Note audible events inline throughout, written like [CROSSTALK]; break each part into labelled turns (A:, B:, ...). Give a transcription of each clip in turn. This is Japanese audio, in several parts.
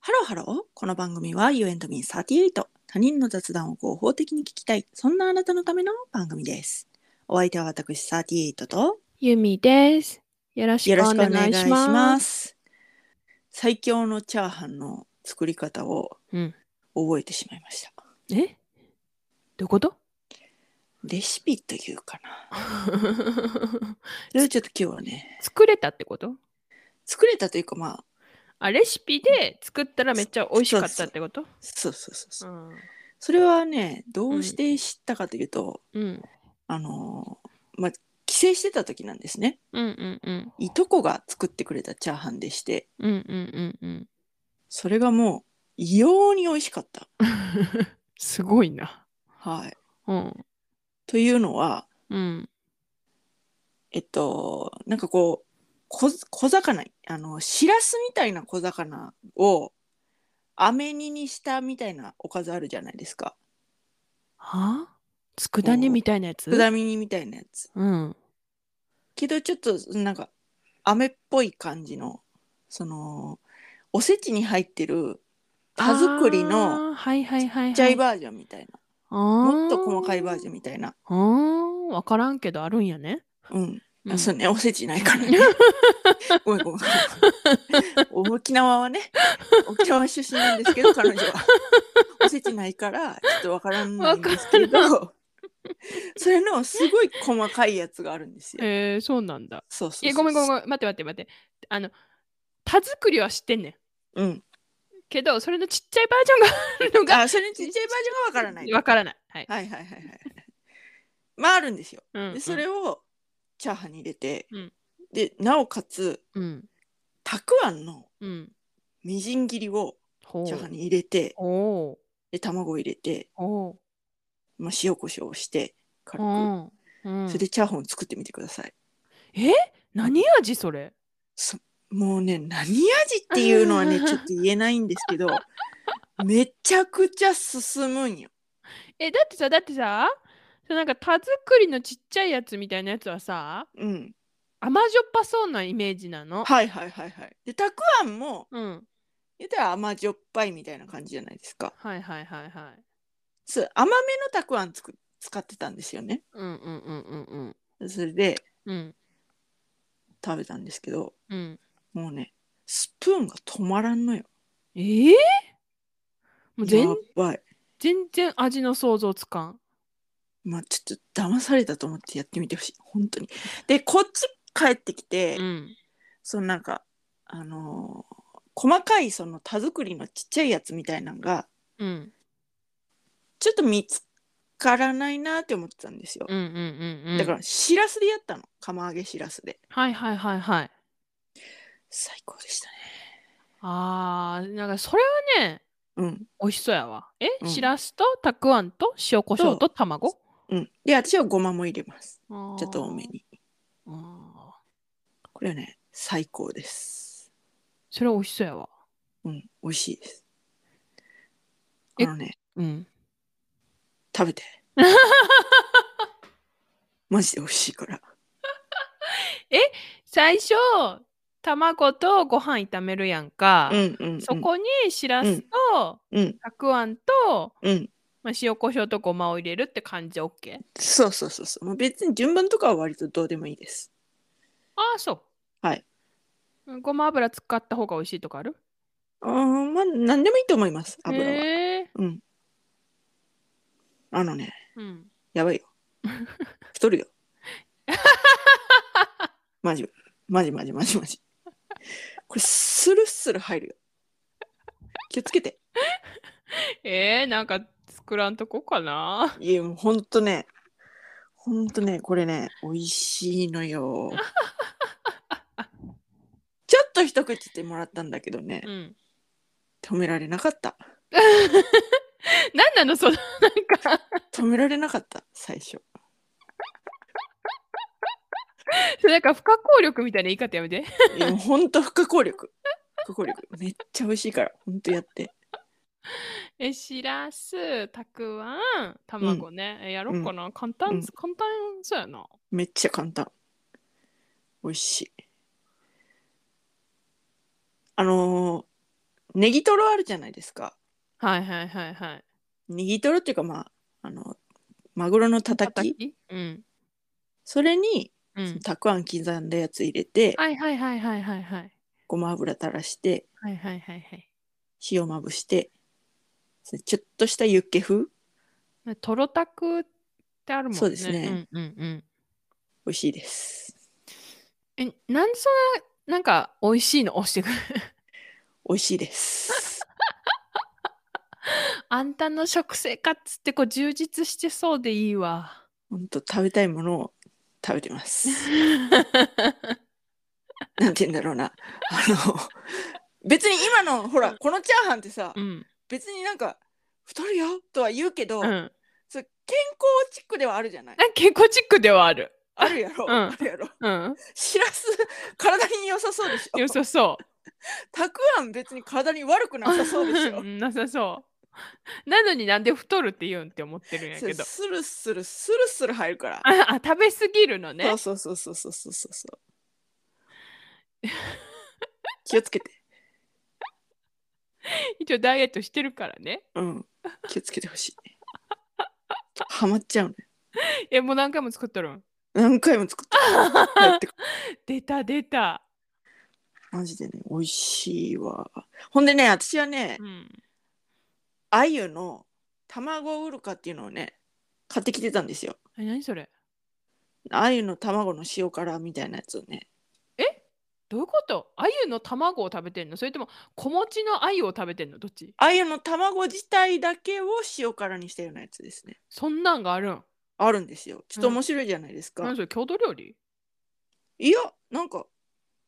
A: ハローこの番組は You and me38 他人の雑談を合法的に聞きたいそんなあなたのための番組ですお相手は私38と
B: ゆみです。よろし
A: よ
B: く
A: ろ
B: お
A: しくお願
B: 願
A: い
B: いし
A: しま
B: ます。
A: す最強のチャーハンの作り方を
B: うん
A: 覚えてしまいました、
B: えどういうこと [LAUGHS]
A: レシピというかなそれちょっと今日はね
B: 作れたってこと
A: 作れたというかまあ
B: あ、レシピで作ったらめっちゃ美味しかったってこと
A: そうそうそうそう、
B: うん
A: それはねどうして知ったかというと、
B: うん
A: あのーまあ帰省してた時なんですね
B: うんうんうん
A: いとこが作ってくれたチャーハンでして
B: うんうんうんうん。
A: それがもう異様に美味しかった。
B: [LAUGHS] すごいな。
A: はい、
B: うん
A: というのは
B: うん
A: えっとなんかこう小小魚あのしらすみたいな小魚を飴煮にしたみたいなおかずあるじゃないですか。
B: は佃煮みたいなやつ
A: 佃煮みたいなやつ。
B: うん
A: けどちょっとなんか飴っぽい感じのそのおせちに入ってる手作りの
B: あーはいはいはいは
A: ち
B: い
A: っちゃいバージョンみたいな、もっと細かいバー
B: ジ
A: ジョンみたいな。
B: ョン。あーわからんけどあるんやね。
A: うん
B: う
A: あ
B: ん
A: そうね、おせちないからね。
B: [LAUGHS]
A: ごめんごめん。沖縄はね、沖縄出身なんですけど、彼女は。おせちないから、ちょっとわからないんですけど、それのすごい細かいやつがあるんですよ。
B: えー、そうなんだ。
A: そうそうそう
B: いやごめんごめんごめん待って待って待ってあの田作りは知ってんねん
A: うん。
B: けどそれのちっちゃいバージョンがあるのが
A: あ、それにちっちゃいバージョンがわからない。
B: わからないはい、
A: はいはいはいはい。まああるんですよ。
B: うん
A: で、それをチャーハンに入れて、
B: うん
A: で、なおかつ、
B: うん
A: たくあんの
B: うん
A: みじん切りを
B: ほう
A: チャーハンに入れて、
B: おう
A: で、卵を入れて、
B: おう
A: まあ、塩コショウをして軽く、
B: おうん
A: それでチャーハンを作ってみてください
B: 何味それ
A: そもうね何味っていうのは
B: [LAUGHS]
A: ねちょっと言えないんですけどめちゃくちゃ進むんよ
B: えだってさだってさそのなんか田作りのちっちゃいやつみたいなやつはさ
A: うん
B: 甘じょっぱそうなイメージなの、
A: はいはいはいはいでたくあんも
B: うん
A: 言ったら甘じょっぱいみたいな感じじゃないですか
B: はいはいはいはい
A: そう甘めのたくあんつく使ってたんですよね
B: うんうんうんうんうん
A: それで
B: うん
A: 食べたんですけど
B: うん
A: もうねスプーンが止まらんのよ
B: えー、もう
A: や
B: 全
A: ばい
B: 全然味の想像つかん
A: まあちょっと騙されたと思ってやってみてほしい本当にでこっち帰ってきて、
B: うん
A: そのなんかあのー細かいその田作りのちっちゃいやつみたいなのが
B: うん
A: ちょっと見つからないなって思ってたんですよ、
B: うんうんうんうん。
A: だからしらすでやったの釜揚げしらすで
B: はいはいはいはい。
A: 最高でしたね
B: あー、なんかそれはね、
A: うん
B: 美味しそうやわ。え、
A: うん
B: しらすとたくあんと塩コショウと卵
A: うんで私はごまも入れます
B: ちょ
A: ちょっと多め。に
B: あー
A: これはね最高です
B: それは美味しそうやわ。
A: うん美味しいですあ
B: え
A: のね
B: うん。
A: 食 [LAUGHS] べてマジで美味しいから
B: 最初、卵とご飯炒めるやんか。
A: うんうん、うん、
B: そこにしらすと、
A: うん
B: たくあんと、
A: うん
B: まあ、塩コショウとごまを入れるって感じで OK?
A: そうそうそうそうもう別に順番とかは割とどうでもいいです
B: ああ、そう。
A: はい
B: うん。ごま油使った方が美味しいとかある
A: あーまあ何でもいいと思います油は、
B: へ
A: うんあのね
B: ーうん。
A: やばいよ太るよマジマジマジマジマジこれスルスル入るよ気をつけて
B: えー、なんか作らんとこかない
A: やもうほんとねほんとねこれね美味しいのよちょっと一口ってもらったんだけどね
B: うん。
A: 止められなかった
B: [LAUGHS] なんなのそのなんか
A: 止められなかった最初
B: それなんか不可抗力みたいな言い方やめ
A: い
B: て。
A: やもうほんと不可抗力。不可抗力。めっちゃ美味しいから、ほんとやって。
B: え、しらす、たくあん、卵ね。えやろうかな、簡単、
A: うん
B: 簡単そうやな。
A: めっちゃ簡単。美味しい。あのーネギトロあるじゃないですか。
B: はいはいはいはい。
A: ネギトロっていうかまああのマグロのたたき
B: きうん。
A: それに
B: うん。
A: たくあん刻んだやつ入れて、
B: はいはいはいはいはいはい。
A: ごま油垂らして
B: はいはいはいはい
A: 塩まぶしてそれちょっとしたユッケ風
B: ね。トロタクってあるもんね。
A: そうですね。
B: うんうんうん。
A: 美味しいです。
B: え、なんでそんな、なんか、美味しいの押してくる
A: 美味しいです。
B: あんたの食生活ってこう充実してそうでい
A: [LAUGHS]
B: いわ。
A: 本当食べたいものを食べてます。 [LAUGHS] なんて言うんだろうな。あの別に今のほらこのチャーハンってさ、
B: うん。
A: 別になんか太るよとは言うけど、
B: うん。
A: それ健康チックではあるじゃない。
B: あ健康チックではある。
A: あるやろ、
B: うん
A: あるやろ。
B: うん。
A: しらす体に良さそうでしょ
B: 良。さそう。
A: たくあん別に体に悪 [LAUGHS] くなさそうでしょ。
B: んなさそう。なのになんで太るって言うんって思ってるんや
A: そ
B: け
A: れ
B: ど。
A: スルスルスルスル入るから。
B: [LAUGHS] ああ食べ過ぎるのね。
A: そうそうそうそうそうそうそう。気をつけて。
B: 一応ダイエットしてるからね。
A: うん。気をつけてほしい。ハマっちゃうね。
B: えもう何回も作っとるん。
A: 何回も作った。やってく
B: 出た出た。
A: マジでね、美味しいわ。ほんでね、私はね
B: う、ん。
A: あゆの卵ウルカっていうのをね、買ってきてたんですよ。
B: え何それ
A: あゆの卵の塩辛みたいなやつをね。
B: どういうことアユの卵を食べてんのそれとも子持ちのアユを食べてんのどっち
A: あゆの卵自体だけを塩辛にしたようなやつですね。
B: そんなんがあるん。
A: あるんですよ。ちょっと
B: うん
A: 面白いじゃないですか。
B: 何それ郷土料理
A: いや、なんか、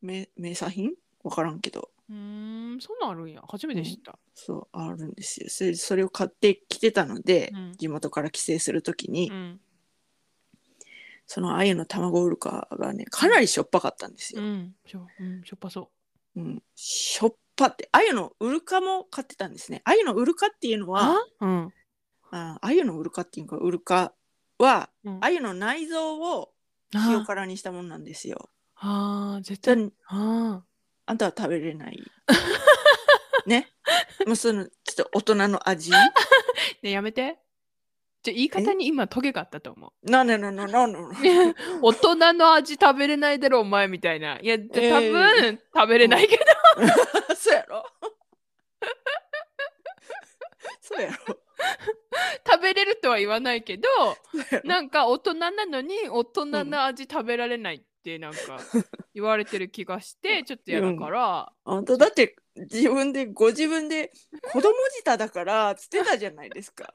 A: め名産品わからんけど。
B: うーんそんなんあるんや。初めて知った。
A: そう、あるんですよ。それそれを買ってきてたので、
B: うん
A: 地元から帰省するときに、
B: うん。
A: そのあゆの卵ウルカがね、かなりしょっぱかったんです
B: う
A: よ。
B: ん。しょ,、うん、しょっぱそ
A: うんしょっぱって、あゆのウルカも買ってたんですね。あゆのウルカっていうの
B: う。
A: は、
B: うん。
A: ああゆのウルカっていうか、ウルカは、
B: うん
A: あゆの内臓を塩辛にしたものなんですよ。
B: ああ、絶
A: そ
B: 対。
A: れ
B: あ
A: あんたは食べれ
B: [LAUGHS]
A: ない。ね。もうその、ちょっと大人の
B: [LAUGHS]
A: 味。
B: あ。ね、やめて。じゃ言い方に今トゲがあったと思う。
A: なななななな。
B: 大人の味食べれないだろお前みたいな。いや、じゃ
A: えー
B: 多分食べれないけど。
A: [LAUGHS] そうやろそうやろ
B: 食べれるとは言わないけど、
A: そうやろ
B: なんか大人なのに大人の味食べられないってなんか言われてる気がして、ちょっと嫌だから。
A: あんただって自分でご自分で子供舌だからつってたじゃないですか。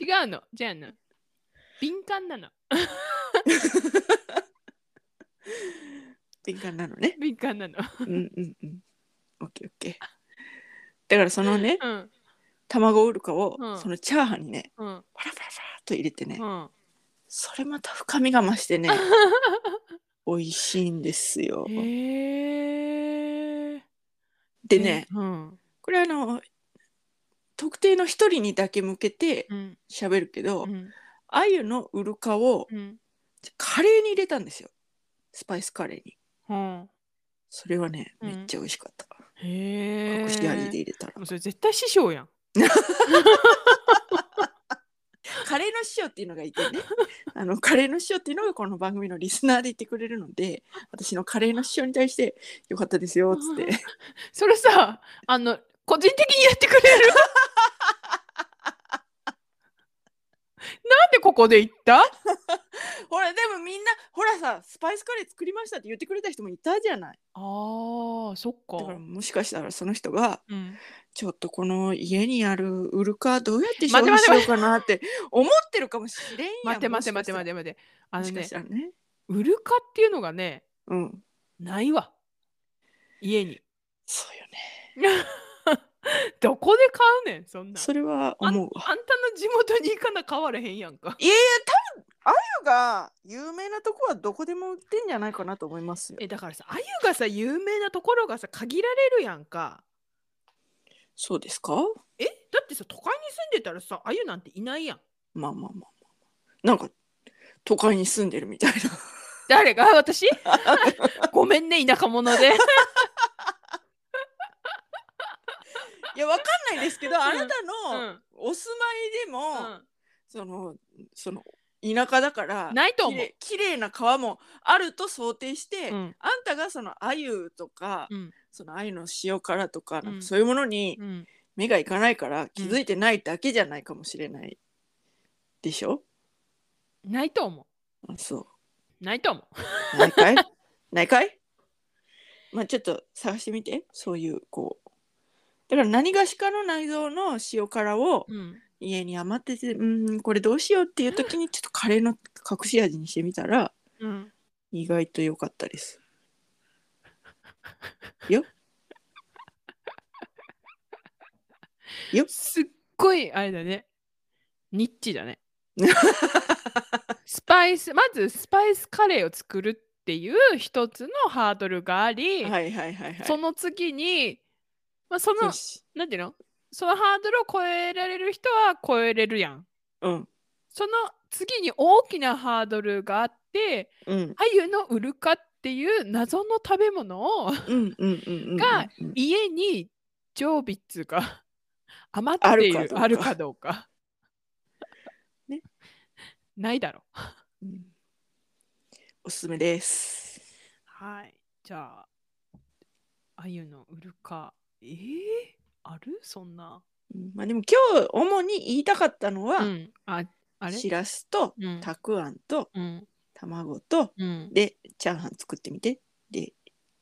B: 違うの。じゃあな。敏感なの。
A: 敏感なのね。
B: 敏感なの。
A: うんうんうん。オッケーオッケー。だからそのね
B: うん。
A: 卵ウルカを
B: うん
A: そのチャーハンにね
B: うん。
A: パラパラパラっと入れてね
B: うん。
A: それまた深みが増
B: [LAUGHS]
A: してね美味しいんですよ。
B: へえ。
A: でね
B: うん。
A: これあの特定の一人にだけ向けて
B: うん。
A: 喋るけど、
B: うん。
A: アユのウルカを
B: うん。
A: カレーに入れたんですよスパイスカレーに
B: うん。
A: それはね、
B: うん
A: めっちゃ美味しかった
B: へえ。
A: 隠し味で入れたら
B: もうそれ絶対師匠やん。
A: カレーの師匠っていうのがい [LAUGHS] てねあのカレーの師匠っていうのがこの番組のリスナーで言ってくれるので私のカレーの師匠に対して「よかったですよ」っつって
B: それさ、あの、個人的にやってくれるなんでここで言った
A: ほらでもみんなほらさスパイスカレー作りましたって言ってくれた人もいたじゃない
B: あー、そっか
A: だ。からもしかしたらその人が
B: うん、
A: ちょっとこの家にあるウルカどうやって消
B: 待て
A: 費して
B: 待
A: ようかなって思ってるかもしれんやん
B: 待って待って待って待っ
A: て
B: て待って。あ
A: も
B: の
A: しか
B: ね
A: し、たらね
B: ウルカっていうのがね、
A: うん
B: ないわ。家に。
A: そうよね。
B: どこで買うねん、そんなん。
A: それは
B: あんあん
A: 思うわ。
B: たの地元に行かな買われへんやんか。 [LAUGHS]
A: いやいや、多分あゆが有名なとこはどこでも売ってんじゃないかなと思いますよ。
B: え、だからさ、あゆがさ、有名なところがさ、限られるやんか。
A: そうですか
B: えだってさ都会に住んでたらさあゆなんていないやん
A: まあまあまあまあまあ。なんか、都会に住んでるみたいな。
B: [LAUGHS] 誰が私ごめんね田舎者で
A: [LAUGHS] いやわかんないですけどあなた
B: う
A: の
B: ん
A: お住まいでも、
B: うん
A: そのその田舎だから
B: ないと
A: き
B: 思う
A: れいきれいな川もあると想定して、
B: うん
A: あんたがその鮎とか、
B: うん
A: その鮎の塩辛とかなん
B: う
A: か
B: ん
A: そういうものに
B: うん
A: 目がいかないから気づいてないだけじゃないかもしれないでしょ、
B: ないと思
A: あそう
B: ないと思う
A: うないかいないかいまあちょっと探してみてそういうこうだから何がしかの内臓の塩辛を
B: うん
A: 家に余っててうーんこれどうしようっていう時にちょっとカレーの隠し味にしてみたら
B: うん
A: 意外と良かったです
B: すっごいあれだねニッチだ [LAUGHS] ねスパイスまずスパイスカレーを作るっていう一つのハードルがあり、
A: はいはいはいはい
B: その次に、まあ、その
A: よし
B: なんていうのそのハードルを超えられる人は超えれるやん
A: うん
B: その次に大きなハードルがあって
A: うん
B: アユのウルカっていう謎の食べ物 [LAUGHS] を
A: うんうんうんうん
B: が
A: うんうん
B: 家に常備っつうか [LAUGHS] 余っているあ
A: あ
B: る
A: る
B: か
A: か
B: どうか [LAUGHS]
A: ね
B: ないだろ
A: うんおすすめです
B: はいじゃあアユのウルカえー、あるそんな
A: うんまあでも今日主に言いたかったのは、
B: うんああれ
A: しらすと
B: うん
A: たくあんと
B: うん
A: 卵と
B: うん
A: でチャーハン作ってみてで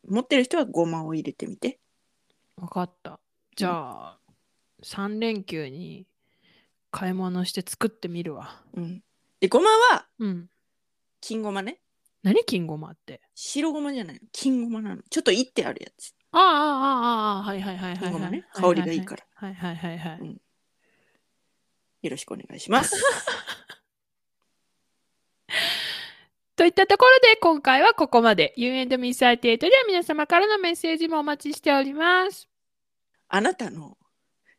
A: 持ってる人はごまを入れてみて
B: 分かったじゃあ、3連休に買い物して作ってみるわ
A: うんでごまは
B: うん
A: 金ごまね
B: 何金ごまって
A: 白ごまじゃないの金ごまなのちょっといってあるやつ
B: ああああああはいはいはいはい
A: 金ご
B: は
A: ま
B: い、
A: ね香りがいいから
B: はいはいはいはい、
A: うんよろしくお願いし [LAUGHS] ます
B: といったところで今回はここまで You and me サテでは皆様からのメッセージもお待ちしております
A: あなたの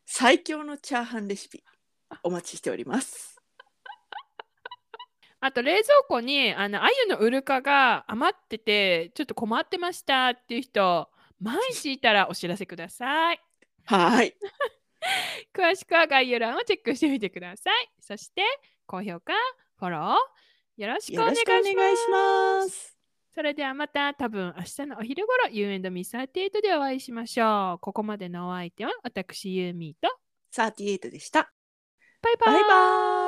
A: 最強のチャーハンレシピお待ちしております
B: あと冷蔵庫にあの鮎のウルカが余っててちょっと困ってましたっていう人毎日いたらお知らせください
A: はーい
B: 詳しくは概要欄をチェックしてみてください。そして、高評価、フォロー、よろしく
A: よ
B: お
A: ろ
B: 願い
A: し
B: し
A: くお
B: ます。
A: 願いします
B: それではまた多分明日のお昼頃、You and Me38 でお会いしましょう。ここまでのお相手は私、ユーミーと、
A: 38でした
B: バイバ
A: バ
B: ー
A: イ
B: イ
A: バーイ